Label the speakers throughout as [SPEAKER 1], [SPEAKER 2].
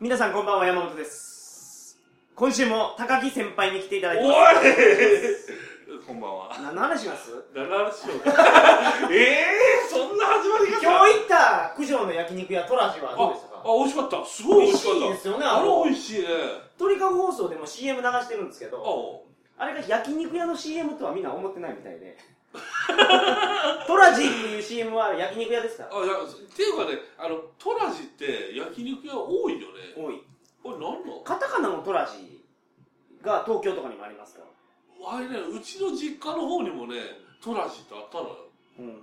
[SPEAKER 1] 皆さんこんばんは、山本です。今週も高木先輩に来ていただいて
[SPEAKER 2] おい
[SPEAKER 1] ま
[SPEAKER 2] こんばん
[SPEAKER 1] す。
[SPEAKER 2] は。
[SPEAKER 1] 何の話します
[SPEAKER 2] 何の話 しようか。ええー、そんな始まり
[SPEAKER 1] 今
[SPEAKER 2] 方
[SPEAKER 1] 日行った九条の焼肉屋トラジはどうでした
[SPEAKER 2] あ
[SPEAKER 1] か、
[SPEAKER 2] 美味しかった。すごい美味しかった。
[SPEAKER 1] 美味しいですよねあ
[SPEAKER 2] あ
[SPEAKER 1] れ
[SPEAKER 2] れ美味しいね。
[SPEAKER 1] 鳥かご放送でも CM 流してるんですけ
[SPEAKER 2] あ
[SPEAKER 1] ど、あれが焼肉屋の CM とはみんな思ってないみたいで。トラジっていう CM は焼肉屋ですから。
[SPEAKER 2] あ、いや、っていうかね、あの、トラジって焼肉屋多いよね。
[SPEAKER 1] 多い。
[SPEAKER 2] これなんの
[SPEAKER 1] カタカナのトラジが東京とかにもありますから。
[SPEAKER 2] あれね、うちの実家の方にもね、トラジってあったのよ。
[SPEAKER 1] うんうんうん。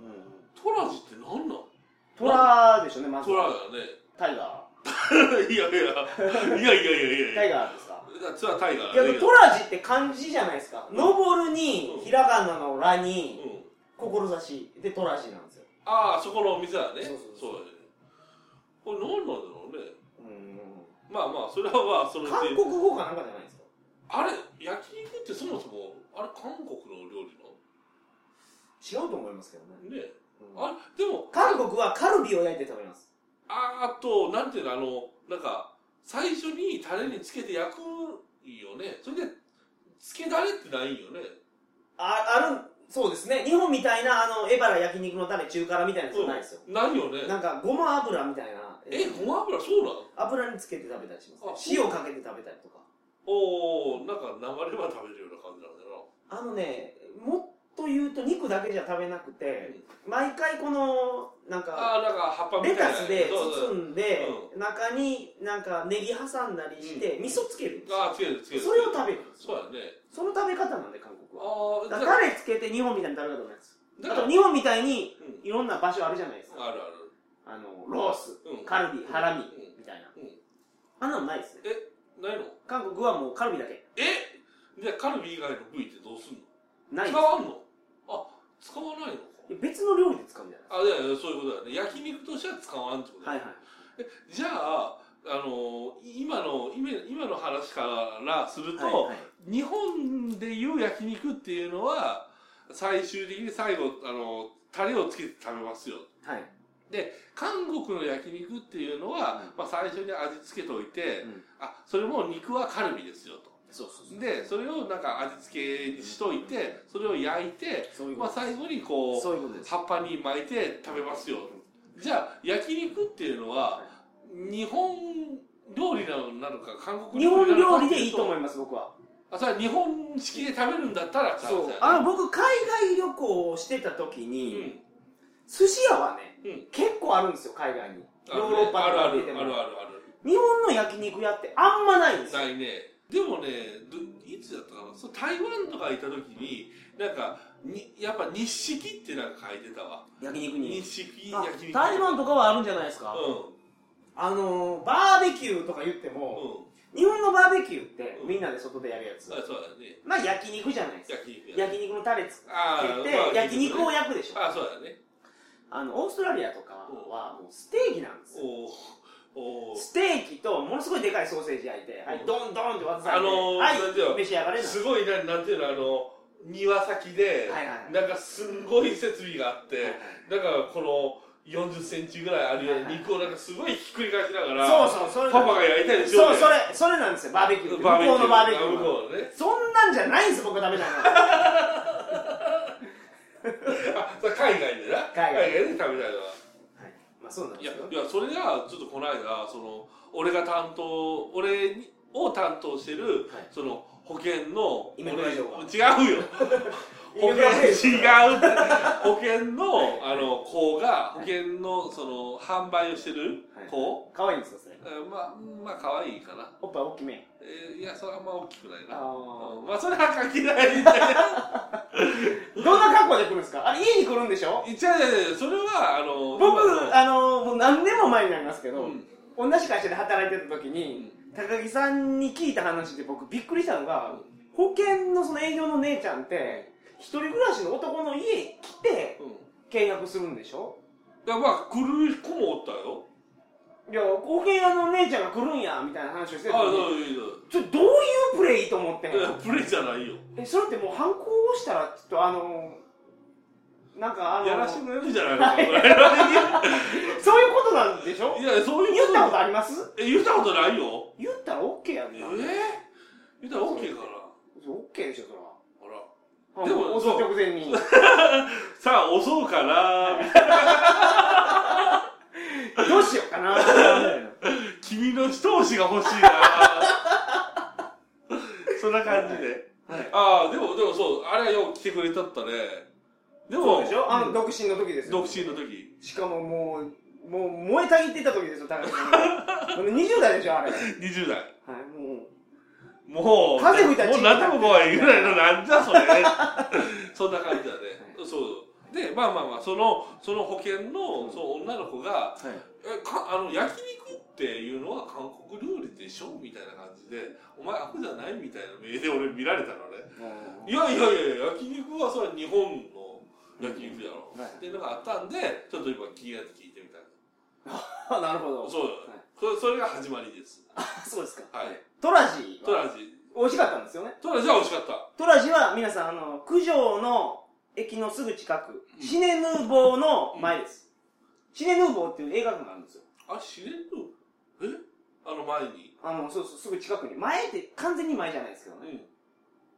[SPEAKER 2] トラジってなんなん
[SPEAKER 1] トラでしょうね、まず
[SPEAKER 2] トラ
[SPEAKER 1] は。
[SPEAKER 2] だね。
[SPEAKER 1] タイガ
[SPEAKER 2] いやいや、いやいやいや
[SPEAKER 1] ー。
[SPEAKER 2] い
[SPEAKER 1] タ
[SPEAKER 2] や
[SPEAKER 1] イ
[SPEAKER 2] いや。
[SPEAKER 1] ガーですか
[SPEAKER 2] ツアータイガー
[SPEAKER 1] いや
[SPEAKER 2] だね
[SPEAKER 1] でもトラジって漢字じゃないですか。
[SPEAKER 2] うん
[SPEAKER 1] 登るに
[SPEAKER 2] う、ん
[SPEAKER 1] ひらがなのらに、
[SPEAKER 2] うん。
[SPEAKER 1] 志でトラジなんですよ。
[SPEAKER 2] ああそこのお店はね
[SPEAKER 1] そうそう
[SPEAKER 2] だよねこれ何なんだろうね
[SPEAKER 1] うん
[SPEAKER 2] まあまあそれはまあそのうち
[SPEAKER 1] 韓国語かなんかじゃないですか。
[SPEAKER 2] あれ焼肉ってそもそもあれ韓国の料理
[SPEAKER 1] 違うと思いますけどね。
[SPEAKER 2] なのね
[SPEAKER 1] うん
[SPEAKER 2] あれでも
[SPEAKER 1] 韓国はカルビを焼いて食べます。
[SPEAKER 2] あーあとなんていうのあのなんか最初にタレにつけて焼くよねそれでつけだれってないよね
[SPEAKER 1] あ、ある、そうですね。日本みたいな、あの、エバラ焼肉のタレ中辛みたいなやつじゃないですよ。
[SPEAKER 2] ないよね
[SPEAKER 1] なんか、ごま油みたいな。
[SPEAKER 2] えごま油そうなの
[SPEAKER 1] 油につけて食べたりしま
[SPEAKER 2] あ
[SPEAKER 1] す、ね。塩かけて食べたりとか。
[SPEAKER 2] おおなんか生れば食べるような感じなんだよ
[SPEAKER 1] あのね、もっと言うと肉だけじゃ食べなく
[SPEAKER 2] な
[SPEAKER 1] て、毎回この、なんか、
[SPEAKER 2] ああなんか葉っぱみ
[SPEAKER 1] レ
[SPEAKER 2] たいな
[SPEAKER 1] タスで
[SPEAKER 2] そうそう
[SPEAKER 1] 包んで、中になんかネギ挟んだりして、
[SPEAKER 2] うん
[SPEAKER 1] 味噌つけるんです
[SPEAKER 2] あ
[SPEAKER 1] よ
[SPEAKER 2] あつけるつける
[SPEAKER 1] それを食べるんです
[SPEAKER 2] そうやね
[SPEAKER 1] その食べ方なんで韓国は
[SPEAKER 2] ああ、
[SPEAKER 1] だからタレつけて日本みたいな食べ方なんです
[SPEAKER 2] だ
[SPEAKER 1] あ
[SPEAKER 2] から、
[SPEAKER 1] と
[SPEAKER 2] うん、
[SPEAKER 1] 日本みたいにいろんな場所あるじゃないですか
[SPEAKER 2] ある
[SPEAKER 1] あのロース
[SPEAKER 2] ある。うん。
[SPEAKER 1] カルビハラミ
[SPEAKER 2] う
[SPEAKER 1] みたいな、
[SPEAKER 2] うん
[SPEAKER 1] あんなのないですね
[SPEAKER 2] ん。ないの
[SPEAKER 1] 韓国はもうカルビだけ
[SPEAKER 2] えじゃあカルビ以外の部位ってどうすんの
[SPEAKER 1] ないです
[SPEAKER 2] 使わんのあ、使わないのか。
[SPEAKER 1] 別の料理で使うんじゃない
[SPEAKER 2] あ、いやいや、そういうことだよね。焼肉としては使わんってことだ
[SPEAKER 1] はい
[SPEAKER 2] よ
[SPEAKER 1] は
[SPEAKER 2] ね
[SPEAKER 1] い
[SPEAKER 2] じゃあ、あのー、今の、今今の話からすると、
[SPEAKER 1] はいはい
[SPEAKER 2] 日本でいう焼肉っていうのは、最終的に最後、あの、タレをつけて食べますよ。
[SPEAKER 1] はい
[SPEAKER 2] 韓国の焼肉っていうのは、まあ最初に味付けといて、
[SPEAKER 1] うん
[SPEAKER 2] あ、それも肉はカルビですよと。
[SPEAKER 1] そうそうそう
[SPEAKER 2] で、それをなんか味付けにしといて、それを焼いて、
[SPEAKER 1] そういうこ
[SPEAKER 2] まあ
[SPEAKER 1] とです
[SPEAKER 2] 最後にこう、
[SPEAKER 1] そういうことです
[SPEAKER 2] 葉っぱに巻いて食べますよ。じゃあ、焼肉っていうのは、日本料理なのか、韓国
[SPEAKER 1] 日本
[SPEAKER 2] なの
[SPEAKER 1] 料
[SPEAKER 2] か
[SPEAKER 1] 理
[SPEAKER 2] って
[SPEAKER 1] でいいと思
[SPEAKER 2] う
[SPEAKER 1] います僕は
[SPEAKER 2] と。あ、それは日本式で食べるんだったらちゃ
[SPEAKER 1] そう
[SPEAKER 2] ちゃ
[SPEAKER 1] あの僕海外旅行をしてた時
[SPEAKER 2] う
[SPEAKER 1] に、
[SPEAKER 2] ん。
[SPEAKER 1] 寿司屋はね、
[SPEAKER 2] うん
[SPEAKER 1] 結構あるんですよ海外にヨ
[SPEAKER 2] あ
[SPEAKER 1] ーロッパ
[SPEAKER 2] あるあ
[SPEAKER 1] と
[SPEAKER 2] る
[SPEAKER 1] か、で
[SPEAKER 2] あるある
[SPEAKER 1] も
[SPEAKER 2] ある。
[SPEAKER 1] 日本の焼肉屋ってあんまないんですよ
[SPEAKER 2] ないねでもねどいつだったかなそう台湾とか行った時になんかにやっぱ日式ってなんか書いてたわ
[SPEAKER 1] 焼肉に
[SPEAKER 2] 日式
[SPEAKER 1] あ
[SPEAKER 2] 焼き肉
[SPEAKER 1] 台湾とかはあるんじゃないですか、
[SPEAKER 2] う
[SPEAKER 1] あのー、バーベキューとか言って
[SPEAKER 2] ん
[SPEAKER 1] も、
[SPEAKER 2] うん
[SPEAKER 1] 日本のバーベキューって
[SPEAKER 2] うん
[SPEAKER 1] みんなで外でやるやつ、
[SPEAKER 2] あそうだね
[SPEAKER 1] まあ焼肉じゃないですか
[SPEAKER 2] 焼き肉や
[SPEAKER 1] 焼肉のタレつ
[SPEAKER 2] あ
[SPEAKER 1] けて、焼肉を
[SPEAKER 2] や
[SPEAKER 1] 焼くでしょ
[SPEAKER 2] あそうだね
[SPEAKER 1] あのオーストラリアとかはもうステーキなんですよ
[SPEAKER 2] おーおー
[SPEAKER 1] ステーキとものすごいでかいソーセージ焼いて、はい、ドンドンって渡されて、
[SPEAKER 2] あのーなんていう
[SPEAKER 1] は
[SPEAKER 2] の
[SPEAKER 1] い、召し上がれなんです
[SPEAKER 2] すごいななんていうのあの庭先で、
[SPEAKER 1] はいはいはい
[SPEAKER 2] なんかすんごい設備があって、
[SPEAKER 1] はい
[SPEAKER 2] なんかこの40センチぐらいあるような肉をなんかすごいひっくり返しながら、
[SPEAKER 1] そうそうそれ
[SPEAKER 2] パパが焼いたでしょ
[SPEAKER 1] そうそれそれなんですよバーベキューって向こうのバーベキュー
[SPEAKER 2] 向
[SPEAKER 1] は
[SPEAKER 2] こうのね
[SPEAKER 1] そんなんじゃないんです僕食べたのは
[SPEAKER 2] あそれ海外でな
[SPEAKER 1] 海外
[SPEAKER 2] で食べたいのはい
[SPEAKER 1] まあそうなん
[SPEAKER 2] い
[SPEAKER 1] で
[SPEAKER 2] や
[SPEAKER 1] すよ
[SPEAKER 2] いやそれがちょっとこの間その俺が担当俺にを担当してる、
[SPEAKER 1] はい
[SPEAKER 2] その保険の
[SPEAKER 1] イメージ
[SPEAKER 2] 俺 違うよ保険違うって保険のあの子が保険のその販売をしてる子、
[SPEAKER 1] 可愛いんですよそれ
[SPEAKER 2] えーまあまあ可愛いかな、
[SPEAKER 1] おっぱい大きめ
[SPEAKER 2] えーいやそれはあんま大きくないな
[SPEAKER 1] あ
[SPEAKER 2] うんまあそれは関係ないん だよ
[SPEAKER 1] ーどんな格好で来るんですかあれ家に来るんでしょ
[SPEAKER 2] 違う違う違うそれはあの
[SPEAKER 1] 僕
[SPEAKER 2] 今の
[SPEAKER 1] あのもう何年も前になりますけど、
[SPEAKER 2] うん
[SPEAKER 1] 同じ会社で働いてた時に、高木さんに聞いた話で僕びっくりしたのが、保険のその営業の姉ちゃんって一人暮らしの男の家に来て
[SPEAKER 2] うん
[SPEAKER 1] 契約するんでしょ
[SPEAKER 2] いやまあ来る子もおったよ。
[SPEAKER 1] いや保険屋の姉ちゃんが来るんやみたいな話をして
[SPEAKER 2] あ
[SPEAKER 1] た
[SPEAKER 2] そう
[SPEAKER 1] のに
[SPEAKER 2] いう
[SPEAKER 1] ちょどういうプレイと思ってん
[SPEAKER 2] そういや
[SPEAKER 1] の
[SPEAKER 2] プレイじゃないよ。
[SPEAKER 1] えそれってもう反抗をしたらちょっとあのなんかあの
[SPEAKER 2] やらしてくれるんじゃないのか
[SPEAKER 1] そういうことなんでしょ
[SPEAKER 2] いやそうい
[SPEAKER 1] 言
[SPEAKER 2] う
[SPEAKER 1] っ
[SPEAKER 2] こ
[SPEAKER 1] たこととあります
[SPEAKER 2] え言ったことないよ
[SPEAKER 1] 言ったら OK やん
[SPEAKER 2] え
[SPEAKER 1] な
[SPEAKER 2] 言ったら OK かな
[SPEAKER 1] そう OK でしょそら
[SPEAKER 2] ほら
[SPEAKER 1] で
[SPEAKER 2] で
[SPEAKER 1] も
[SPEAKER 2] も
[SPEAKER 1] 襲う直前に
[SPEAKER 2] さあ押そうかな
[SPEAKER 1] どうしようかな
[SPEAKER 2] 君の一押しが欲しい なそんな感じで
[SPEAKER 1] はい
[SPEAKER 2] ああでもでもそうあれはよう来てくれたったねで
[SPEAKER 1] そ
[SPEAKER 2] も
[SPEAKER 1] うでしょあの
[SPEAKER 2] ん
[SPEAKER 1] 独身の時ですよ
[SPEAKER 2] 独身の時
[SPEAKER 1] しかももうもう燃えたぎってた時ですよ高橋 さん20代でしょあれはい
[SPEAKER 2] 20代
[SPEAKER 1] も
[SPEAKER 2] もう、
[SPEAKER 1] 風吹いたら
[SPEAKER 2] もう何でも怖いぐらいの、なんじゃそれ。 そんな感じだね。そう。で、まあまあまあ、その、その保険の、その女の子が、
[SPEAKER 1] うはい
[SPEAKER 2] え、か、あの、焼肉っていうのは韓国料理でしょみたいな感じで、お前アホじゃないみたいな目で俺見られたのね。いやいやいや、焼肉はそれは日本の焼肉やろ。
[SPEAKER 1] はい
[SPEAKER 2] っていうのがあったんで、ちょっと今気になって聞いてみたいな。
[SPEAKER 1] あなるほど
[SPEAKER 2] そうだね。それ、それが始まりです。
[SPEAKER 1] あそうですか
[SPEAKER 2] はい。
[SPEAKER 1] トラジ
[SPEAKER 2] ト
[SPEAKER 1] は
[SPEAKER 2] ラジ。
[SPEAKER 1] 美味しかったんですよね
[SPEAKER 2] トラジは美味しかった。
[SPEAKER 1] トラジは皆さんあの九条の駅のすぐ近く
[SPEAKER 2] うん
[SPEAKER 1] シネヌーボーの前ですシネヌーボーっていう映画館があるんですよ
[SPEAKER 2] あ、知れるえあの前に
[SPEAKER 1] あのそうそうすぐ近くに前って完全に前じゃないですけどね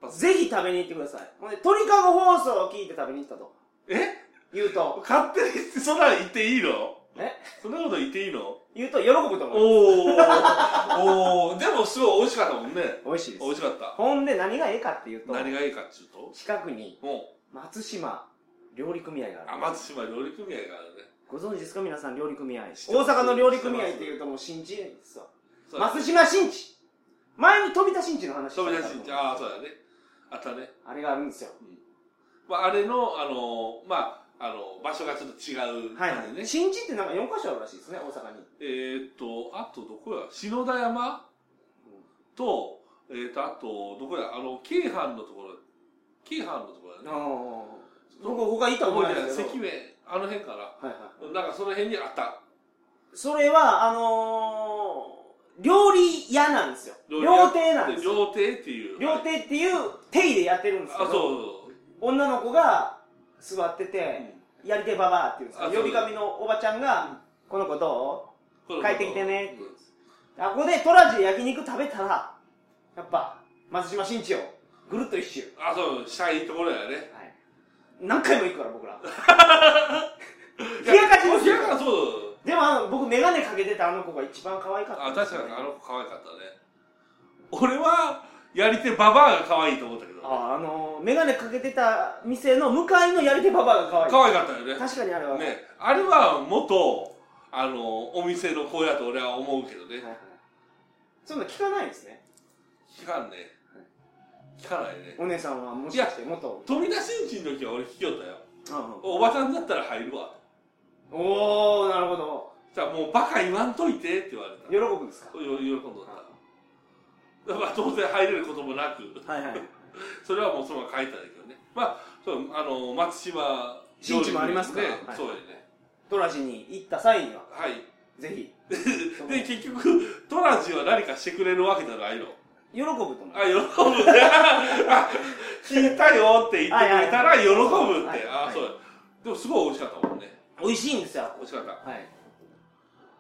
[SPEAKER 2] うん。
[SPEAKER 1] ぜひ食べに行ってください。ほんで、鳥かご放送を聞いて食べに行ったと。
[SPEAKER 2] え
[SPEAKER 1] 言うと、
[SPEAKER 2] 勝手にそんなん言っていいの
[SPEAKER 1] え
[SPEAKER 2] そんなこと言っていいの
[SPEAKER 1] 言うと喜ぶと思う。
[SPEAKER 2] おおおーでもすごい美味しかったもんね。
[SPEAKER 1] 美味しいで
[SPEAKER 2] 美味
[SPEAKER 1] す。
[SPEAKER 2] しかった。
[SPEAKER 1] ほんで、何がええかっていうと、
[SPEAKER 2] 何がいいかっていうと
[SPEAKER 1] 近くに
[SPEAKER 2] も
[SPEAKER 1] 松島料理組合
[SPEAKER 2] う、
[SPEAKER 1] がある。
[SPEAKER 2] あ松島料理組合があるね。
[SPEAKER 1] ご存知ですか皆さん、料理組合。大
[SPEAKER 2] てます
[SPEAKER 1] 阪の料理組合っていうともう新地ですわ。
[SPEAKER 2] そうだね
[SPEAKER 1] 松島新地前に飛び出新地の話した
[SPEAKER 2] 飛び出しんちゃん、ああー、そうだね。あったね。
[SPEAKER 1] あれがあるんですよ。
[SPEAKER 2] まあ、あれの、あのーまあ、あの、場所がちょっと違う
[SPEAKER 1] はい、
[SPEAKER 2] 感じね。
[SPEAKER 1] 新地ってなんか4カ所あるらしいですね、大阪に。
[SPEAKER 2] えーっと、あとどこや篠田山と、えーっと、あと、どこやあの、京阪のところ、京阪のところだね。
[SPEAKER 1] 僕、他行ったこと
[SPEAKER 2] 覚
[SPEAKER 1] ない
[SPEAKER 2] えて
[SPEAKER 1] で
[SPEAKER 2] ない。
[SPEAKER 1] すけど。
[SPEAKER 2] 関名、あの辺かな。
[SPEAKER 1] はいはい。
[SPEAKER 2] なんかその辺にあった。
[SPEAKER 1] それは、あのー、料理屋なんですよ。
[SPEAKER 2] 料理屋
[SPEAKER 1] 料亭なんですよ。
[SPEAKER 2] 料亭っていう。
[SPEAKER 1] 料亭っていう定位でやってるんです
[SPEAKER 2] あ、
[SPEAKER 1] け
[SPEAKER 2] そう
[SPEAKER 1] ど、
[SPEAKER 2] そう
[SPEAKER 1] 女の子が座って
[SPEAKER 2] そう
[SPEAKER 1] て、やり手ババアっていうんです
[SPEAKER 2] あ
[SPEAKER 1] か、
[SPEAKER 2] そう
[SPEAKER 1] 呼び神のおばちゃんが、この子ど
[SPEAKER 2] うん。
[SPEAKER 1] 帰ってきてね
[SPEAKER 2] うん
[SPEAKER 1] うあ、ここでトラジで焼肉食べたら、やっぱ、松島新地をぐるっと一周。
[SPEAKER 2] あ、そう、したいところやね。
[SPEAKER 1] はい。何回も行くから、僕ら。
[SPEAKER 2] いや
[SPEAKER 1] 冷やかしもす
[SPEAKER 2] 冷
[SPEAKER 1] る
[SPEAKER 2] や
[SPEAKER 1] か
[SPEAKER 2] からし、そうそう。
[SPEAKER 1] でもあの、僕メガネかけてたあの子が一番可愛かった
[SPEAKER 2] あ、
[SPEAKER 1] んで
[SPEAKER 2] 確
[SPEAKER 1] すよ
[SPEAKER 2] か
[SPEAKER 1] ね、
[SPEAKER 2] にあの子可愛かったね。俺は、やり手ババアが可愛いと思ったけど。
[SPEAKER 1] ああのメガネかけてた店の向かいのやり手パパが可愛い
[SPEAKER 2] 可愛かったよね。
[SPEAKER 1] 確かにあれは、
[SPEAKER 2] ね、あれは元、あの、お店の子やと俺は思うけど
[SPEAKER 1] はい
[SPEAKER 2] ね。
[SPEAKER 1] はい、そんな聞かないですね
[SPEAKER 2] 聞かんね。聞かないね。
[SPEAKER 1] お姉さんはもしかして元
[SPEAKER 2] 飛び出しんちの時は俺聞きよったよ。
[SPEAKER 1] うん
[SPEAKER 2] おばちゃんだったら入るわ。
[SPEAKER 1] おおなるほど
[SPEAKER 2] じゃあもうバカ言わんといてって言われた。
[SPEAKER 1] 喜ぶんですか
[SPEAKER 2] 喜んどった。まあ当然入れることもなく、
[SPEAKER 1] はいはい
[SPEAKER 2] それはもうそのまま書いたんだけどね。まあ、そう、あの、松島
[SPEAKER 1] 新地もありますから
[SPEAKER 2] ね
[SPEAKER 1] はい
[SPEAKER 2] そうやね。
[SPEAKER 1] トラジに行った際には
[SPEAKER 2] はい。
[SPEAKER 1] ぜ ひ
[SPEAKER 2] で、結局、トラジは何かしてくれるわけじゃないの。
[SPEAKER 1] 喜ぶと思う
[SPEAKER 2] あ、喜ぶ ね。あ聞いたよって言ってくれたら喜ぶっ
[SPEAKER 1] はい
[SPEAKER 2] て。あ、そうや。でもすごい美味しかったもんね。
[SPEAKER 1] 美味しいんですよ
[SPEAKER 2] 美味しかった。
[SPEAKER 1] はい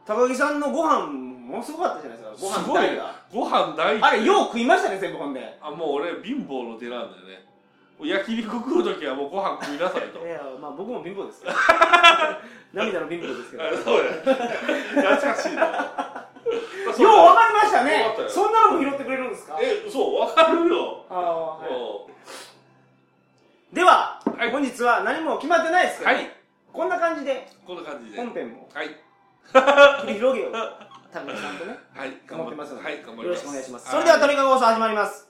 [SPEAKER 1] 高木さんのご飯ものすごかったじゃないですかご飯
[SPEAKER 2] すごい
[SPEAKER 1] 代が
[SPEAKER 2] ご飯ない。
[SPEAKER 1] あれよう食いましたね全部ほんで
[SPEAKER 2] あ、もう俺貧乏の出なんだよね。もう焼肉食う時はもうご飯食いなさい と
[SPEAKER 1] い。やまあ僕も貧乏 ですけど涙の貧乏ですけど
[SPEAKER 2] あそうや。懐かしいな。 よ
[SPEAKER 1] よう分かりましたね
[SPEAKER 2] よかったよ
[SPEAKER 1] そんなのも拾ってくれるんですか
[SPEAKER 2] え、そう、わかるよ。
[SPEAKER 1] ああ、はい
[SPEAKER 2] は
[SPEAKER 1] では、
[SPEAKER 2] はい
[SPEAKER 1] 本日は何も決まってないですけど、
[SPEAKER 2] い。
[SPEAKER 1] こんな感じで
[SPEAKER 2] こんな感じで。は
[SPEAKER 1] 本
[SPEAKER 2] い。
[SPEAKER 1] 編も
[SPEAKER 2] はい。
[SPEAKER 1] 繰り広げようと田村さんと ね頑張ってますので、
[SPEAKER 2] はい、頑張ります。
[SPEAKER 1] よろしくお願いしますそれでは
[SPEAKER 2] は
[SPEAKER 1] 鳥かご放送始まります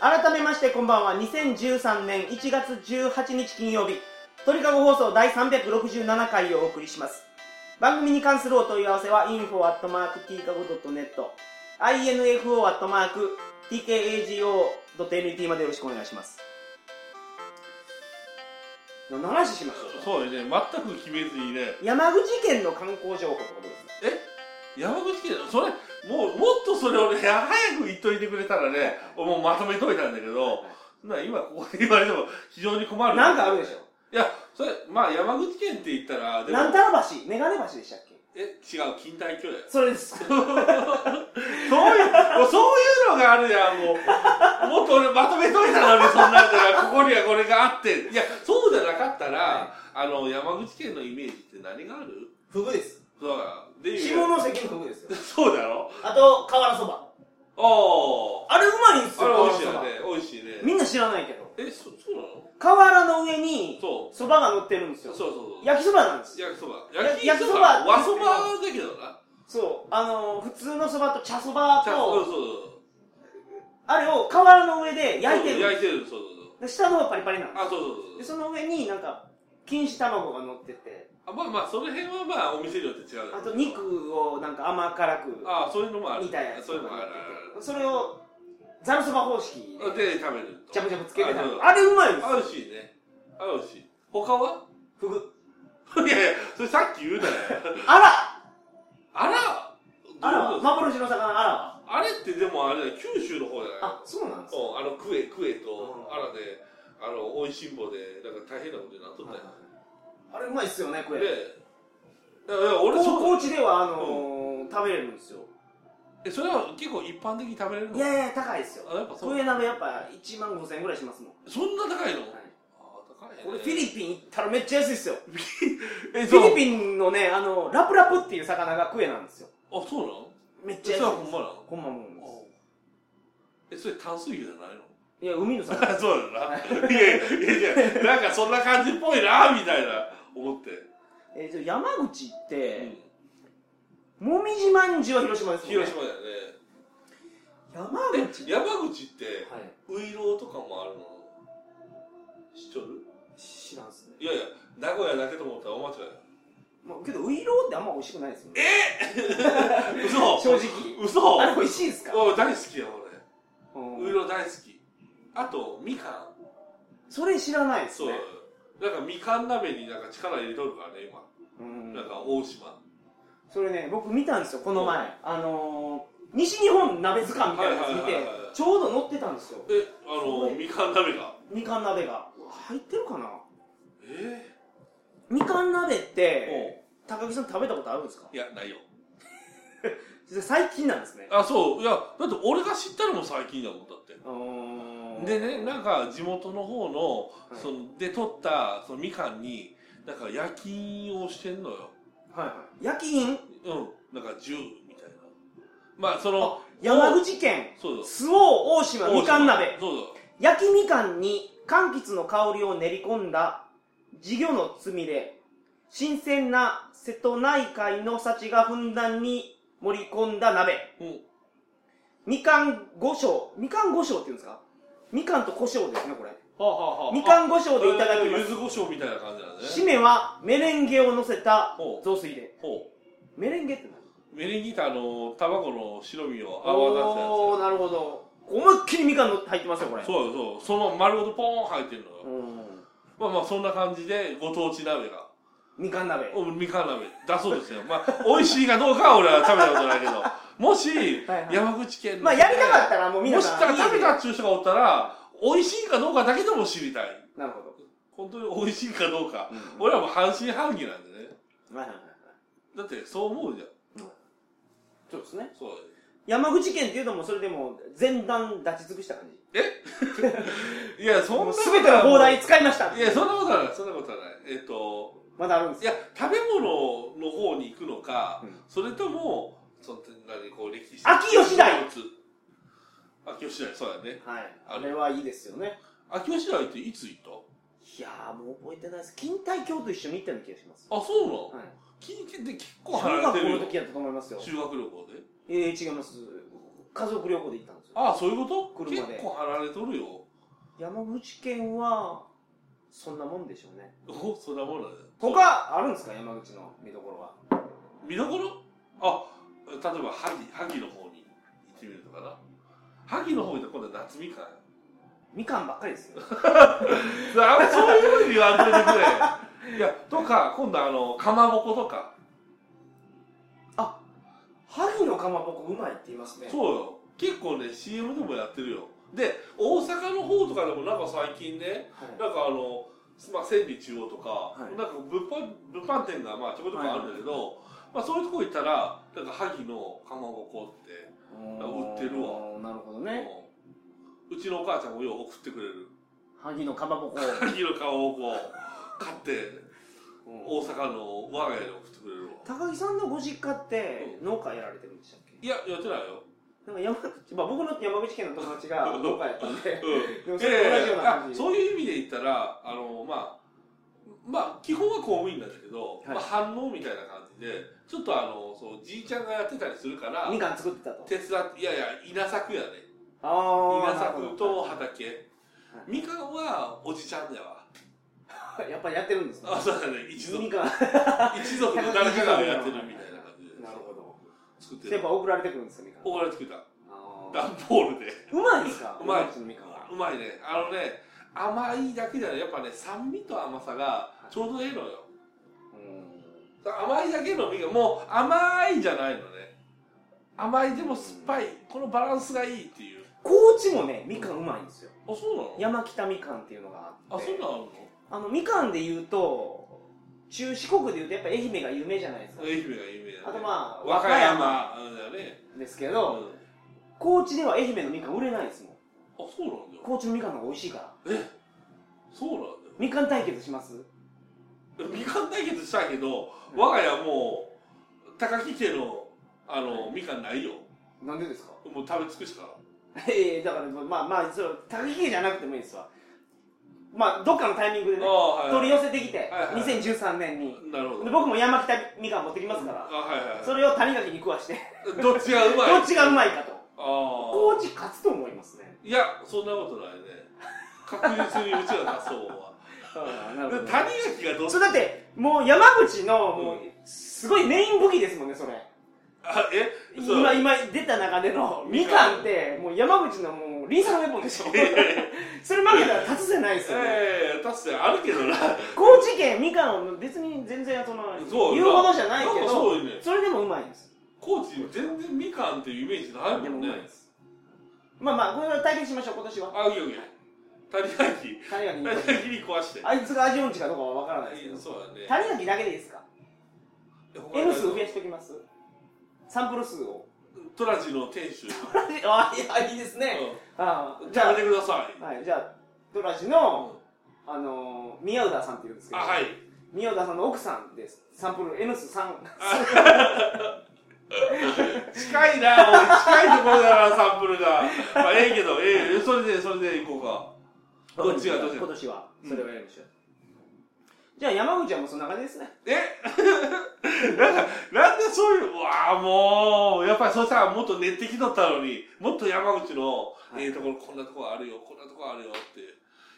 [SPEAKER 1] 改めましてこんばんは2013年1月18日金曜日鳥かご放送第367回をお送りします番組に関するお問い合わせは info.tkago.net info.tkago.net までよろしくお願いします何の話しましょう
[SPEAKER 2] そうやね全く決めずにね
[SPEAKER 1] 山口県の観光情報とかどうですか
[SPEAKER 2] 山口県それもうもっとそれをね早く言っといてくれたらねもうまとめといたんだけどな今ここで言われても非常に困る
[SPEAKER 1] なんかあるでしょ
[SPEAKER 2] いやそれまあ山口県って言ったらでも
[SPEAKER 1] なんたら橋メガネ橋でしたっけ
[SPEAKER 2] え違う近代巨大
[SPEAKER 1] それです
[SPEAKER 2] そういう、もうそういうのがあるやん、もう。もっと俺まとめといたのに、そんなんだから、ここにはこれがあって。いや、そうじゃなかったら、
[SPEAKER 1] は
[SPEAKER 2] あの、山口県のイメージって何がある
[SPEAKER 3] フグです
[SPEAKER 2] そうだ。で、
[SPEAKER 3] 下関のフグですよ
[SPEAKER 2] そうだろ
[SPEAKER 3] あと瓦そば
[SPEAKER 2] おー。
[SPEAKER 1] あれうまいんす
[SPEAKER 2] あれ
[SPEAKER 1] よ
[SPEAKER 2] 美味しいよね。美味しいね。
[SPEAKER 1] みんな知らないけど
[SPEAKER 2] え、そ、そうなの
[SPEAKER 1] 河原の上に
[SPEAKER 2] そう。
[SPEAKER 1] そばが乗ってるんです
[SPEAKER 2] そう
[SPEAKER 1] よ
[SPEAKER 2] そうそう。
[SPEAKER 1] 焼きそばなんですよ
[SPEAKER 2] 焼きそば。
[SPEAKER 1] や
[SPEAKER 2] 焼きそば。和
[SPEAKER 1] 焼き
[SPEAKER 2] そ
[SPEAKER 1] そば
[SPEAKER 2] ばだけどな。
[SPEAKER 1] そうあのー普通のそばと茶そば
[SPEAKER 2] ちゃんそう
[SPEAKER 1] と
[SPEAKER 2] そう
[SPEAKER 1] あれを河原の上で
[SPEAKER 2] そう。
[SPEAKER 1] 焼いてるんです
[SPEAKER 2] 焼いてる、そうそうそう。
[SPEAKER 1] で下の方パリパリなんで
[SPEAKER 2] あ、そう
[SPEAKER 1] すで
[SPEAKER 2] そうそう。
[SPEAKER 1] その上になんか錦糸卵が乗ってて
[SPEAKER 2] あまあまあ、その辺はまあ、お店によって違うだろ
[SPEAKER 1] あ
[SPEAKER 2] うけど
[SPEAKER 1] と肉をなんか甘辛く
[SPEAKER 2] ああそういうのもある
[SPEAKER 1] みたいなやつ
[SPEAKER 2] そういうのもある
[SPEAKER 1] それをざるそば方式
[SPEAKER 2] あるあるで食べると
[SPEAKER 1] ジャブジャブつけてた
[SPEAKER 2] あそう
[SPEAKER 1] あれうまいんです
[SPEAKER 2] あ
[SPEAKER 1] よ
[SPEAKER 2] るしいねあるしい他は
[SPEAKER 1] ふぐ
[SPEAKER 2] いやいやそれさっき言うなよ
[SPEAKER 1] あら
[SPEAKER 2] あら
[SPEAKER 1] あらは
[SPEAKER 2] どういうこと
[SPEAKER 1] 幻の魚あらは
[SPEAKER 2] あれってでもあれだよ九州の方じゃない
[SPEAKER 1] あそうなんですか
[SPEAKER 2] うんあのクエクエと
[SPEAKER 1] うん
[SPEAKER 2] あらであのおいしんぼでなんか大変なことになっとったよ
[SPEAKER 1] あれうまいっすよねこれ
[SPEAKER 2] でいやいや俺
[SPEAKER 1] 高
[SPEAKER 2] そ
[SPEAKER 1] 高知ではあのー食べれるんですよ
[SPEAKER 2] えそれは結構一般的に食べれるの
[SPEAKER 1] いやいや高いですよ
[SPEAKER 2] あやっぱそう
[SPEAKER 1] 小江鍋やっぱ1万5000円ぐらいしますもん
[SPEAKER 2] そんな高いの、
[SPEAKER 1] はい
[SPEAKER 2] ああ高いね
[SPEAKER 1] これフィリピン行ったらめっちゃ安いっすよ
[SPEAKER 2] え
[SPEAKER 1] フ
[SPEAKER 2] そう
[SPEAKER 1] ィリピンのねあのラプラプっていう魚がクエなんですよ
[SPEAKER 2] あそうなの
[SPEAKER 1] めっ
[SPEAKER 2] え
[SPEAKER 1] ちゃ
[SPEAKER 2] そ
[SPEAKER 1] 安
[SPEAKER 2] れはいほ
[SPEAKER 1] です
[SPEAKER 2] んまなの
[SPEAKER 1] ほんまもんです
[SPEAKER 2] えそれ淡水魚じゃ ないの
[SPEAKER 1] いや海の魚
[SPEAKER 2] そうだよ な。いやいやいや、なんかそんな感じっぽいな、みたいな、思って。
[SPEAKER 1] えーじゃあ山口っ
[SPEAKER 2] う
[SPEAKER 1] て
[SPEAKER 2] ん
[SPEAKER 1] もみじまんじゅうは広島ですもんね
[SPEAKER 2] 広島だよね。
[SPEAKER 1] 山口
[SPEAKER 2] え、山口って、
[SPEAKER 3] はい
[SPEAKER 2] ウイローとかもあるの知っとる
[SPEAKER 3] 知らんっすね
[SPEAKER 2] いやいや、名古屋だけと思ったらお間違
[SPEAKER 1] まあ、けどウイローってあんま美味しくないですよね
[SPEAKER 2] い。嘘
[SPEAKER 1] 正直
[SPEAKER 2] 嘘
[SPEAKER 1] あれ美味しいですか
[SPEAKER 2] お大好きや、
[SPEAKER 1] うん
[SPEAKER 2] 俺。ウイロー大好き。あと、みかん。
[SPEAKER 1] それ知らないです
[SPEAKER 2] そう
[SPEAKER 1] ね。
[SPEAKER 2] なんかみかん鍋になんか力入れとるからね、
[SPEAKER 1] うん
[SPEAKER 2] 今。なんか大島。
[SPEAKER 1] それね僕見たんですよこの前あのー、西日本鍋図鑑みたいなやつ見
[SPEAKER 2] はい
[SPEAKER 1] て
[SPEAKER 2] はいはいはい
[SPEAKER 1] ちょうど載ってたんですよ
[SPEAKER 2] え、あの、みかん鍋が。
[SPEAKER 1] みかん鍋が入ってるかな
[SPEAKER 2] え
[SPEAKER 1] みかん鍋っ
[SPEAKER 2] ー
[SPEAKER 1] て高木さん食べたことあるんですか
[SPEAKER 2] おいや、ないよ。
[SPEAKER 1] 実は最近なんですね
[SPEAKER 2] あそういやだって俺が知ったのも最近だもんだって
[SPEAKER 1] うーん
[SPEAKER 2] でねなんか地元の方の,、
[SPEAKER 1] い
[SPEAKER 2] そので取ったそのみかんになんか夜勤をしてんのよ
[SPEAKER 1] はいはい夜勤
[SPEAKER 2] うんなんか銃みたいなまあその
[SPEAKER 1] 山口県
[SPEAKER 2] そうだ
[SPEAKER 1] 周防大島みかん鍋
[SPEAKER 2] そう
[SPEAKER 1] 焼きみかんに柑橘の香りを練り込んだ稚魚のつみれ新鮮な瀬戸内海の幸がふんだんに盛り込んだ鍋
[SPEAKER 2] だうん
[SPEAKER 1] みかんごしょうみかんごしょうっていうんですかみかんと胡椒ですねこれ
[SPEAKER 2] はあ、はあは
[SPEAKER 1] みか
[SPEAKER 2] ん
[SPEAKER 1] んごしょうでいただきま
[SPEAKER 2] 柚
[SPEAKER 1] す
[SPEAKER 2] 子胡椒みたいな感じだね
[SPEAKER 1] 締めはメレンゲをのせた
[SPEAKER 2] ほう
[SPEAKER 1] 雑炊で
[SPEAKER 2] ほ
[SPEAKER 1] メレンゲって何
[SPEAKER 2] うメレンギターの卵の白身を泡立てたや
[SPEAKER 1] おーなるほど思いっきりみかんの入ってますよこれ
[SPEAKER 2] つそうよそうその丸ごとポーン入ってるの
[SPEAKER 1] う
[SPEAKER 2] よ、
[SPEAKER 1] ん
[SPEAKER 2] まあまあそんな感じでご当地鍋が
[SPEAKER 1] みかん鍋
[SPEAKER 2] おみかん鍋だそうですよ。まあ、美味しいかどうかは俺は食べたことないけど、もし、
[SPEAKER 1] はいはい
[SPEAKER 2] 山口県の
[SPEAKER 1] まあやりたかったらもう皆
[SPEAKER 2] もし
[SPEAKER 1] さん
[SPEAKER 2] 食べたっていう人がおったら、美味しいかどうかだけでも知りたい。
[SPEAKER 1] なるほど、
[SPEAKER 2] 本当に美味しいかどうか。
[SPEAKER 1] うん
[SPEAKER 2] 俺はもう半信半疑なんでね。
[SPEAKER 1] はいはいはい
[SPEAKER 2] だって、そう思うじゃん。
[SPEAKER 1] そうですね
[SPEAKER 2] そう。
[SPEAKER 1] 山口県っていうのもそれでも全段立ち尽くした感じ
[SPEAKER 2] いや、そんな
[SPEAKER 1] もう
[SPEAKER 2] こと
[SPEAKER 1] 全ての膨大使いました
[SPEAKER 2] いや、そんなことはない。そんなことはない。えっと、
[SPEAKER 1] まだあるんです
[SPEAKER 2] いや、食べ物の方に行くのか、
[SPEAKER 1] うん
[SPEAKER 2] それとも、その、何、こう、歴史
[SPEAKER 1] 秋吉台
[SPEAKER 2] 秋吉台、そうだね。
[SPEAKER 1] はい
[SPEAKER 2] あ
[SPEAKER 1] あ
[SPEAKER 2] る
[SPEAKER 1] れはいいですよね
[SPEAKER 2] 秋吉台っていつ行った
[SPEAKER 1] いやーもう覚えてないです錦帯橋と一緒に行ったような気がします
[SPEAKER 2] あ、そうなの
[SPEAKER 1] はい
[SPEAKER 2] 近畿で結構
[SPEAKER 1] 小
[SPEAKER 2] 離れ
[SPEAKER 1] 学
[SPEAKER 2] て
[SPEAKER 1] 校
[SPEAKER 2] る
[SPEAKER 1] の
[SPEAKER 2] よ。
[SPEAKER 1] 時やったと思いますよ
[SPEAKER 2] 修学旅行で。
[SPEAKER 1] えー、違います家族旅行で行ったんですよ
[SPEAKER 2] ああ、そういうこと
[SPEAKER 1] 車で
[SPEAKER 2] 結構離れとるよ。
[SPEAKER 1] 山口県はそんなもんでしょうね
[SPEAKER 2] お、そんなもんだね。
[SPEAKER 1] 他あるんですか山口の見どころは
[SPEAKER 2] 見どころあ、例えば、萩、萩の方に行ってみるとかな。萩の方行ったら今度は夏みかんや。
[SPEAKER 1] みかんばっかりですよ。
[SPEAKER 2] あんまそういうふうに言わんといてくれ。いや、とか、今度あの、かまぼことか。
[SPEAKER 1] 萩のかまぼこうまいって言いますね。
[SPEAKER 2] そうよ。結構ね、CM でもやってるよ。で、大阪の方とかでもなんか最近ね、
[SPEAKER 1] はい
[SPEAKER 2] なんかあの、まあ、千里中央とか、
[SPEAKER 1] い
[SPEAKER 2] なんか物販、物販店がまあちょこちょこあるんだけど、まあそういうとこ行ったら、なんか萩のかまぼこって、売ってるわ。
[SPEAKER 1] なるほどね。
[SPEAKER 2] うんうちのお母ちゃんもよう送ってくれる。
[SPEAKER 1] 萩のかまぼこ。
[SPEAKER 2] 萩のかまぼこを買って、
[SPEAKER 1] うん
[SPEAKER 2] 大阪の我が家に送ってくれるわ。
[SPEAKER 1] 高木さんのご実家って農家やられてるんでしたっけ
[SPEAKER 2] いや、やってないよ。
[SPEAKER 1] なんか山口、まあ僕の山口県の友達が農家やったん で、で
[SPEAKER 2] う
[SPEAKER 1] も
[SPEAKER 2] ん。
[SPEAKER 1] それと同じような感じ
[SPEAKER 2] あそういう意味で言ったら、あの、まあ、まあ、基本は公務員なんだけど、
[SPEAKER 1] はい
[SPEAKER 2] まあ、反応みたいな感じで、ちょっとあの、そう、じいちゃんがやってたりするから
[SPEAKER 1] み、かん作ってたと。
[SPEAKER 2] 手伝って、いやいや、稲作やね。
[SPEAKER 1] ああ。
[SPEAKER 2] 稲作と畑。
[SPEAKER 1] い
[SPEAKER 2] みかんはおじちゃんだわ。
[SPEAKER 1] やっぱりやってるんですね。
[SPEAKER 2] あ、そうだね。一族、
[SPEAKER 1] みかん。
[SPEAKER 2] 一族の誰かがやってるみたいな感じで。
[SPEAKER 1] なるほど。
[SPEAKER 2] 作って
[SPEAKER 1] やっ
[SPEAKER 2] る
[SPEAKER 1] ぱ。送られてくるんですよ、みかん。
[SPEAKER 2] お金作った。
[SPEAKER 1] あ
[SPEAKER 2] 段ボールで。
[SPEAKER 1] ーうまいんですか
[SPEAKER 2] うまい
[SPEAKER 1] 山口のみかんは。
[SPEAKER 2] うまいね。あのね、甘いだけじゃない。やっぱね、酸味と甘さがちょうどええのよ。
[SPEAKER 1] うん
[SPEAKER 2] 甘いだけのみがもう甘いじゃないのね甘いでも酸っぱいこのバランスがいいっていう
[SPEAKER 1] 高知もね、みかんうまいんですよ。
[SPEAKER 2] あそうなの
[SPEAKER 1] 山北みかんっていうのがあ
[SPEAKER 2] あ
[SPEAKER 1] って。
[SPEAKER 2] そんなんあるの
[SPEAKER 1] あのみかんで言うと中四国で言うとやっぱ愛媛が有名じゃないですか、
[SPEAKER 2] 愛媛が有名だね
[SPEAKER 1] あとまあ
[SPEAKER 2] 和歌山だよね
[SPEAKER 1] ですけ
[SPEAKER 2] うん
[SPEAKER 1] ど、高知では愛媛のみかん売れないですもん
[SPEAKER 2] あそうなんだよ
[SPEAKER 1] 高知のみかんの方が美味しいから
[SPEAKER 2] そうなん
[SPEAKER 1] みかん対決します
[SPEAKER 2] だよみかん対決したけど我が家もう高木家のあのみかんないよ
[SPEAKER 1] なんでですか
[SPEAKER 2] もう食べ尽くした
[SPEAKER 1] ええだからまあまあそれ高木家じゃなくてもいいですわまあどっかのタイミングで
[SPEAKER 2] あ
[SPEAKER 1] ね
[SPEAKER 2] あはい
[SPEAKER 1] 取り寄せてきて、
[SPEAKER 2] はいはい
[SPEAKER 1] 2013年に
[SPEAKER 2] なるほど
[SPEAKER 1] で僕も山北みかん持ってきますか
[SPEAKER 2] あ
[SPEAKER 1] ら、
[SPEAKER 2] はいはい
[SPEAKER 1] それを谷垣に食わして
[SPEAKER 2] どっちがうまい
[SPEAKER 1] どっちがうまいかと
[SPEAKER 2] ああ
[SPEAKER 1] 高知勝つと思いますね
[SPEAKER 2] いや、そんなことないね。確実にうちら出そうは。
[SPEAKER 1] な
[SPEAKER 2] で谷垣がどっ
[SPEAKER 1] それだってもう山口のもうすごいメイン武器ですもんねそれ
[SPEAKER 2] あ、えそう
[SPEAKER 1] 今今出た中でのみかんってもう山口のもうリーサルウェポンでしょ
[SPEAKER 2] いやいやいや
[SPEAKER 1] それ負けたら立つじゃないですよね
[SPEAKER 2] ええ確かにあるけどな。
[SPEAKER 1] 高知県みかんは別に全然その
[SPEAKER 2] そう
[SPEAKER 1] 言うほどじゃないけ
[SPEAKER 2] んか
[SPEAKER 1] ど
[SPEAKER 2] そうよね。
[SPEAKER 1] それでもうまいんです
[SPEAKER 2] 高知全然みかんっていうイメージない
[SPEAKER 1] で
[SPEAKER 2] も
[SPEAKER 1] も
[SPEAKER 2] ん
[SPEAKER 1] うまい
[SPEAKER 2] ね
[SPEAKER 1] で。すまあまあこれは対決しましょう今年は
[SPEAKER 2] あ、いやいや。谷垣。
[SPEAKER 1] 谷 垣に
[SPEAKER 2] 谷垣に壊して。
[SPEAKER 1] あいつが味音痴かどうかは分からないですけど
[SPEAKER 2] そうだね。
[SPEAKER 1] 谷垣だけでいいですか N 数増や
[SPEAKER 2] し
[SPEAKER 1] しておきますサンプル数 を
[SPEAKER 2] トラジの店主。
[SPEAKER 1] あいやいいですねあ
[SPEAKER 2] うん
[SPEAKER 1] あ
[SPEAKER 2] じゃあ、見てください。
[SPEAKER 1] はい、じゃあ、ドラジ
[SPEAKER 2] う
[SPEAKER 1] の、
[SPEAKER 2] ん
[SPEAKER 1] あのー、宮浦さんっていうんですけ
[SPEAKER 2] あ、
[SPEAKER 1] ど、
[SPEAKER 2] はい。
[SPEAKER 1] 宮浦さんの奥さんです。サンプル N 数3。
[SPEAKER 2] 近いな、俺近いところだな、サンプルが。まあ、ええけど、ええ、それで、それでいこうか。どっちがどっちが
[SPEAKER 1] 今年は、それをやりましょう。じゃあ、山口はもうそんな感じですね。
[SPEAKER 2] えなんか、なんでそういう、うわあもう、やっぱりそうしたらもっと練ってきとったのに、もっと山口の、
[SPEAKER 1] い
[SPEAKER 2] ええところ、こんなとこあるよ、こんなとこあるよって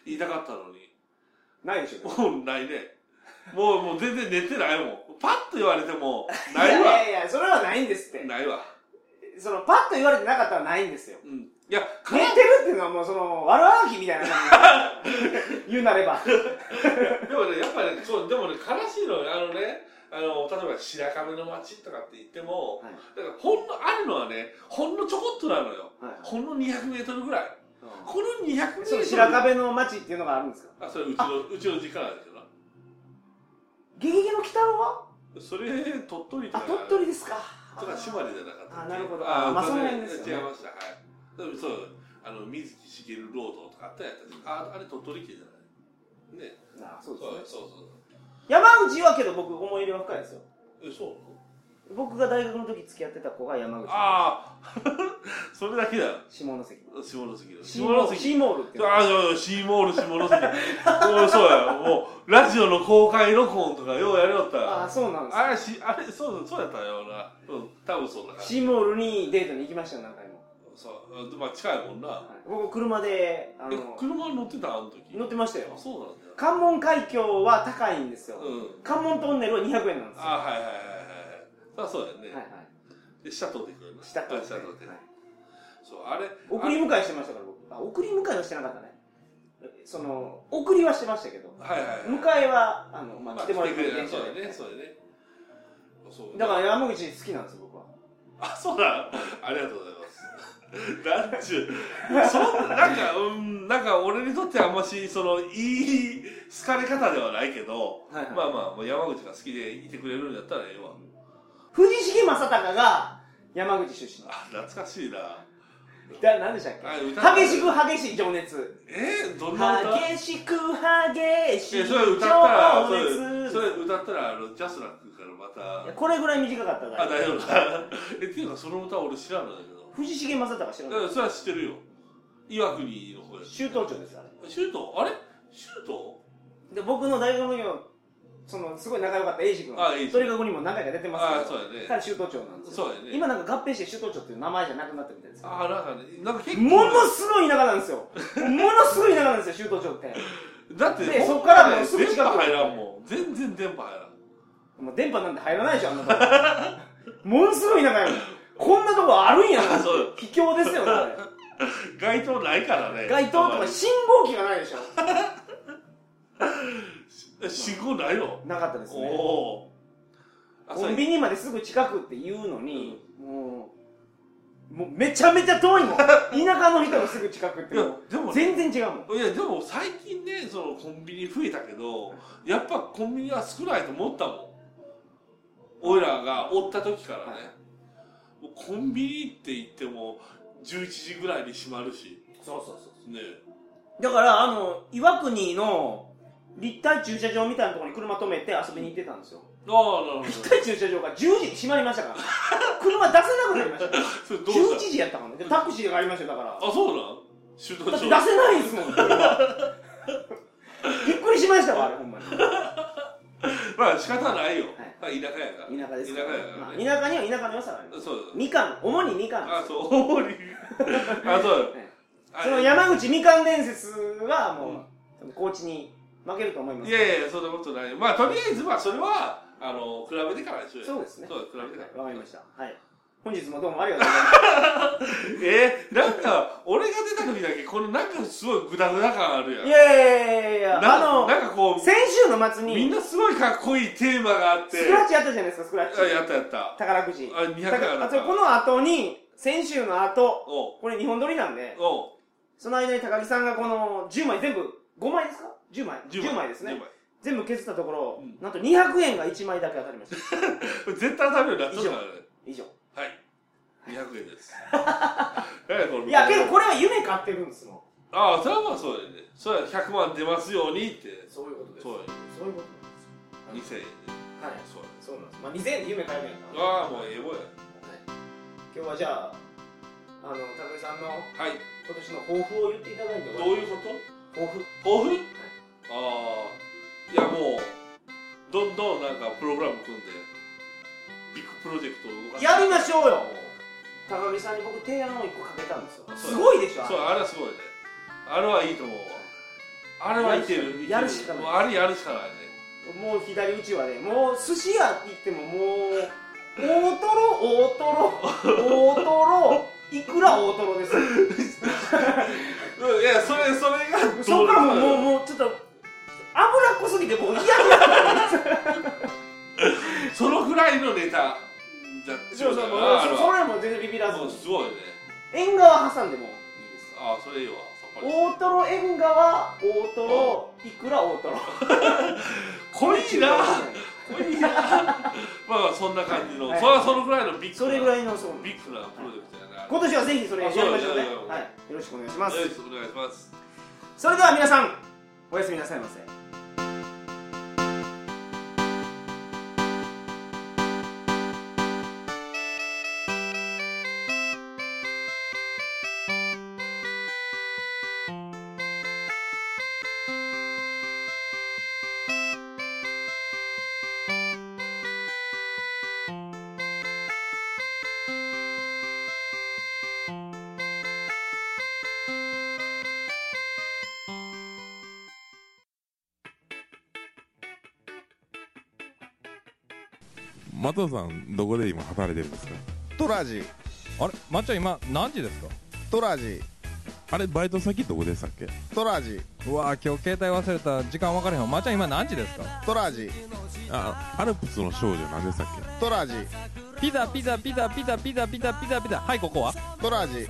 [SPEAKER 2] 言いたかったのに、
[SPEAKER 1] ないでしょうか。
[SPEAKER 2] もうないね。もう、もう全然寝てないもん。パッと言われ ても、ない
[SPEAKER 1] や
[SPEAKER 2] わ。
[SPEAKER 1] いやいや、それはないんですって。
[SPEAKER 2] ないわ。
[SPEAKER 1] その、パッと言われてなかったらないんですよ。
[SPEAKER 2] うん。いや、
[SPEAKER 1] 寝てるっていうのはもう、その、悪あがきみたいな感じ。言うなれば。
[SPEAKER 2] でもね、やっぱね、そう、でもね、悲しいのよ。あのね、あの、例えば白亀の町とかって言っても、
[SPEAKER 1] はい
[SPEAKER 2] だからほんの、あるのはね、ほんのちょこっとなのよ。
[SPEAKER 1] はい
[SPEAKER 2] ほんの200メートルぐらい。この200メートル。
[SPEAKER 1] その白。壁の町っていうのがあるんですか
[SPEAKER 2] あ、それうちの、うちの実家なんですよな。
[SPEAKER 1] ゲゲゲの鬼太郎は
[SPEAKER 2] それ、鳥取と
[SPEAKER 1] あ、
[SPEAKER 2] か。
[SPEAKER 1] 鳥取ですか。
[SPEAKER 2] とか島根じゃなかったっけ
[SPEAKER 1] あなるほど
[SPEAKER 2] あ、
[SPEAKER 1] まあ
[SPEAKER 2] ごめん
[SPEAKER 1] その辺ですよね
[SPEAKER 2] 違いました。はい。でもそう、あの、水木しげるロードとかあったやつ。あ、あれ鳥取県じゃない。ね。
[SPEAKER 1] あそ
[SPEAKER 2] そうう
[SPEAKER 1] ですね。
[SPEAKER 2] そうそう。
[SPEAKER 1] 山口はけど僕思い入れは深いですよ
[SPEAKER 2] え、そうなの
[SPEAKER 1] 僕が大学の時付き合ってた子が山口
[SPEAKER 2] ああ それだけだよ
[SPEAKER 1] 下関
[SPEAKER 2] 下関だ
[SPEAKER 1] シーモールシーモールっていうの
[SPEAKER 2] ああそうそうシーモール下関もうそうやもうラジオの公開録音とかようやりよった
[SPEAKER 1] あ
[SPEAKER 2] ら
[SPEAKER 1] あそうなんです
[SPEAKER 2] あれしあれそうそうやったよなうん多分そうだから
[SPEAKER 1] シーモールにデートに行きましたよ何回も、
[SPEAKER 2] そうまあ近いもんな
[SPEAKER 1] はい僕車であ
[SPEAKER 2] え
[SPEAKER 1] の
[SPEAKER 2] 車乗ってたあの時
[SPEAKER 1] 乗ってました
[SPEAKER 2] あ
[SPEAKER 1] よ
[SPEAKER 2] そうなんだよ
[SPEAKER 1] 関門海峡は高いんですよ、
[SPEAKER 2] うん
[SPEAKER 1] 関門トンネルは200円なんですよ
[SPEAKER 2] あはいはいはいはいはいあそうや
[SPEAKER 1] はいは
[SPEAKER 2] ね
[SPEAKER 1] い
[SPEAKER 2] で下通ってくれました
[SPEAKER 1] 下通って
[SPEAKER 2] あ下通ってそうあれ
[SPEAKER 1] 送り迎えしてましたから僕あ送り迎えはしてなかったねその送りはしてましたけど
[SPEAKER 2] はいはい
[SPEAKER 1] 迎えはあの、まあ、来てもらえ
[SPEAKER 2] っ
[SPEAKER 1] る電
[SPEAKER 2] そ
[SPEAKER 1] 車
[SPEAKER 2] うだ
[SPEAKER 1] で、
[SPEAKER 2] ねそうだねそう
[SPEAKER 1] だから山口好きなんです僕は
[SPEAKER 2] あそうだ ありがとうございます なんちゅうそんななんかうんなんか俺にとってはあんましそのいい好かれ方ではないけど
[SPEAKER 1] はいはい
[SPEAKER 2] まあまあもう山口が好きでいてくれるんだったらええわ
[SPEAKER 1] 藤重正隆が山口出
[SPEAKER 2] あ懐かしいな
[SPEAKER 1] 身だ何でしたっ
[SPEAKER 2] あ
[SPEAKER 1] け
[SPEAKER 2] 歌って
[SPEAKER 1] 激しく激しい情熱
[SPEAKER 2] えー、どんな歌
[SPEAKER 1] 激しく激し
[SPEAKER 2] え
[SPEAKER 1] い
[SPEAKER 2] それ歌ったら
[SPEAKER 1] 情
[SPEAKER 2] それ
[SPEAKER 1] 熱
[SPEAKER 2] それ歌ったらあのジャスラックからま
[SPEAKER 1] いや
[SPEAKER 2] た
[SPEAKER 1] これぐらい短かったか
[SPEAKER 2] あ
[SPEAKER 1] ら
[SPEAKER 2] 大丈夫かえっていうかその歌俺知らんのだけど
[SPEAKER 1] 藤重正隆知らない
[SPEAKER 2] うん、それは知ってるよ。岩国の方や。
[SPEAKER 1] 周東町ですあれ
[SPEAKER 2] シュートあれシュート
[SPEAKER 1] で僕の大学の時のそのすごい仲良かった英二君
[SPEAKER 2] あ英二
[SPEAKER 1] 鳥かごにも何回か出てますけど
[SPEAKER 2] あそうやね
[SPEAKER 1] 彼州都庁なんですよ
[SPEAKER 2] そうやね
[SPEAKER 1] 今なんか合併して州都庁っていう名前じゃなくなったみたいですよ
[SPEAKER 2] ああ、なんかね、なんか結構。
[SPEAKER 1] ものすごい田舎なんですよものすごい田舎なんですよ州都庁って
[SPEAKER 2] だって、
[SPEAKER 1] で
[SPEAKER 2] ほんま
[SPEAKER 1] そっからもう
[SPEAKER 2] ね
[SPEAKER 1] すぐ
[SPEAKER 2] 電
[SPEAKER 1] 近く
[SPEAKER 2] 波入らんもん。全然電波入らん。
[SPEAKER 1] もう電波なんて入らないでしょあん なとこものすごい田舎やもんこんなとこあるんやな
[SPEAKER 2] そうよ
[SPEAKER 1] 秘境ですよねあれ
[SPEAKER 2] 街灯ないからね。
[SPEAKER 1] 街灯とか信号機がないでしょ
[SPEAKER 2] え信号ないの
[SPEAKER 1] なかったです
[SPEAKER 2] お
[SPEAKER 1] ね
[SPEAKER 2] おー。あ
[SPEAKER 1] コンビニまですぐ近くって言うのに、もうもうめちゃめちゃ遠 いもん田舎の人のすぐ近くって
[SPEAKER 2] いや
[SPEAKER 1] も
[SPEAKER 2] でも
[SPEAKER 1] う
[SPEAKER 2] ね
[SPEAKER 1] 全然違うもん
[SPEAKER 2] そういや、でも最近ね、そのコンビニ増えたけど、やっぱコンビニは少ないと思ったもん。俺らがおった時からね。もうコンビニって言っても、11時ぐらいに閉まるし。
[SPEAKER 1] そうそうそ
[SPEAKER 2] ねえ
[SPEAKER 1] うだからあの岩国の立体駐車場みたいなところに車止めて遊びに行ってたんですよ
[SPEAKER 2] ああ、なるほど。
[SPEAKER 1] 立体駐車場が10時に閉まりま したから車出せなくなりました
[SPEAKER 2] それどう
[SPEAKER 1] 11
[SPEAKER 2] した
[SPEAKER 1] 時やったからねでタクシーがありましたよだから
[SPEAKER 2] あ、そうなん集団
[SPEAKER 1] だって
[SPEAKER 2] 所
[SPEAKER 1] 出せない ですもん車びっくりしましたわあれほんまに
[SPEAKER 2] まあ仕方ないよ。まあ田舎やから。
[SPEAKER 1] 田舎です
[SPEAKER 2] 田
[SPEAKER 1] か
[SPEAKER 2] 舎
[SPEAKER 1] ら
[SPEAKER 2] やからね。
[SPEAKER 1] まあ田舎には田舎の良さがあります
[SPEAKER 2] そう
[SPEAKER 1] みかん主にみかんです
[SPEAKER 2] あ、そう。 大森あ、そうよ
[SPEAKER 1] ええ。
[SPEAKER 2] あ
[SPEAKER 1] その山口みかん伝説はもう、高知に負けると思いま
[SPEAKER 2] い
[SPEAKER 1] す
[SPEAKER 2] やいや、そんなことない。まあとりあえず、まあそれは、あの、比べてからでしょ。
[SPEAKER 1] そうですね
[SPEAKER 2] そう、比べてから。
[SPEAKER 1] わかりましたはい本日もどうもありがとうござい
[SPEAKER 2] えー、なんか、俺が出た時だけ、このなんかすごいグダグダ感あるや
[SPEAKER 1] ま
[SPEAKER 2] ん。
[SPEAKER 1] すいやいやいやいやいや
[SPEAKER 2] な
[SPEAKER 1] あの
[SPEAKER 2] なんかこ
[SPEAKER 1] 先週の末
[SPEAKER 2] う、み
[SPEAKER 1] に
[SPEAKER 2] んなすごいかっこいいテーマがあって。
[SPEAKER 1] スクラッチやったじゃないですかスクラッチ
[SPEAKER 2] あ、やったやった。あ、
[SPEAKER 1] 宝くじ
[SPEAKER 2] 200
[SPEAKER 1] だから
[SPEAKER 2] 円あ
[SPEAKER 1] あ
[SPEAKER 2] っ
[SPEAKER 1] と
[SPEAKER 2] た。
[SPEAKER 1] この後に先週の後
[SPEAKER 2] おう
[SPEAKER 1] これ日本撮りなんで
[SPEAKER 2] おう
[SPEAKER 1] その間に高木さんがこの10枚全部5枚ですか10枚
[SPEAKER 2] 10
[SPEAKER 1] ,10 枚ですね
[SPEAKER 2] 10枚
[SPEAKER 1] 全部削ったところ、
[SPEAKER 2] うん
[SPEAKER 1] なんと200円が1枚だけ当たりました
[SPEAKER 2] 絶対食べるな、そうだね。
[SPEAKER 1] 以上
[SPEAKER 2] はい。200円です。 何やこれ
[SPEAKER 1] いやけどこれは夢買ってるんですもん
[SPEAKER 2] ああ、それはまあそうだよね。それは100万出ますようにって。
[SPEAKER 3] そういうことです
[SPEAKER 2] そうやね。
[SPEAKER 3] そういうことなんです
[SPEAKER 2] 2000円で。
[SPEAKER 3] はい
[SPEAKER 2] そうやね。
[SPEAKER 3] そうなんですまあ2000円で夢買えないから
[SPEAKER 2] ああ、もうええもんや。
[SPEAKER 1] 今日はじゃああの高木さんの
[SPEAKER 2] はい。
[SPEAKER 1] 今年の抱負を言っていただいて
[SPEAKER 2] どういうこ
[SPEAKER 1] 抱負
[SPEAKER 2] と抱負ああ。いやもう、どんどんなんかプログラム組んで、ビッグプロジェクトを動か
[SPEAKER 1] やりましょうよ
[SPEAKER 2] う
[SPEAKER 1] 高木さんに僕提案を1個かけたんですよ
[SPEAKER 2] そう
[SPEAKER 1] すごいでしょ
[SPEAKER 2] そう、あれはすごいね。あれはいいと思うわ。あれはいける。いけ
[SPEAKER 1] やるしかない
[SPEAKER 2] もうあれやるしかないね。
[SPEAKER 1] もう左うちはねもう寿司屋行ってももう大トロ大トロ大トロいくら大トロですよ
[SPEAKER 2] うん、いや、それ、それがどう、
[SPEAKER 1] そっからもうもうもうちょっと脂っこすぎてもう嫌になった
[SPEAKER 2] そのぐらいのネタだって
[SPEAKER 1] そうそうもう
[SPEAKER 2] ある
[SPEAKER 1] そ
[SPEAKER 2] わ
[SPEAKER 1] それも全然ビビらず
[SPEAKER 2] もう
[SPEAKER 1] に
[SPEAKER 2] すごいね
[SPEAKER 1] 縁側挟んでもいいです
[SPEAKER 2] ああそれいいわさっぱり
[SPEAKER 1] 大トロ縁側大トロいくら大トロ
[SPEAKER 2] 濃いな濃いな まあまあそんな感じの、
[SPEAKER 1] はい
[SPEAKER 2] それはそのぐらいのビッグな
[SPEAKER 1] それぐらいのそう
[SPEAKER 2] ビッグなプロジェクトやな、
[SPEAKER 1] 今年はぜひそれやりましょうね
[SPEAKER 2] あそうだよ
[SPEAKER 1] はいよろしくお願いします
[SPEAKER 2] よろしくお願いします
[SPEAKER 1] それでは皆さんおやすみなさいませ
[SPEAKER 4] マトさんどこで今働いてるんですか
[SPEAKER 5] トラジ
[SPEAKER 6] あれまっちゃん今何時ですか
[SPEAKER 5] トラジ
[SPEAKER 4] あれバイト先どこでしたっけ
[SPEAKER 5] トラジうわー今日携帯忘れた時間分からへんまー、ちゃん今何時ですか
[SPEAKER 6] トラジ
[SPEAKER 4] あ、アルプスの少女何でしたっ
[SPEAKER 6] トラジ
[SPEAKER 5] ピザピザピザピザピザピザピザピザはいここは
[SPEAKER 6] トラジ
[SPEAKER 4] け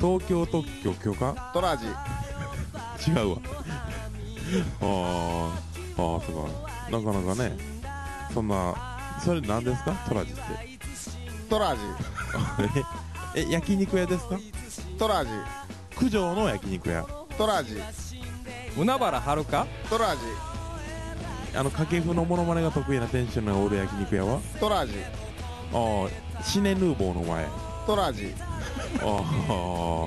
[SPEAKER 4] 東京特許許可
[SPEAKER 6] トラジ
[SPEAKER 4] 違うわ。 あー、あー、そうか。なかなかね、そんな、それ何ですかトラジって。
[SPEAKER 6] トラジ
[SPEAKER 4] え、え焼肉屋ですか
[SPEAKER 6] トラジ
[SPEAKER 4] 九条の焼肉屋。
[SPEAKER 6] トラジ
[SPEAKER 5] 海原はるか
[SPEAKER 6] トラジ
[SPEAKER 4] あの、掛布のモノマネが得意な店主のおる焼肉屋は
[SPEAKER 6] トラジ
[SPEAKER 4] あー、シネヌーボーの前。あ
[SPEAKER 6] トラジ
[SPEAKER 4] ー、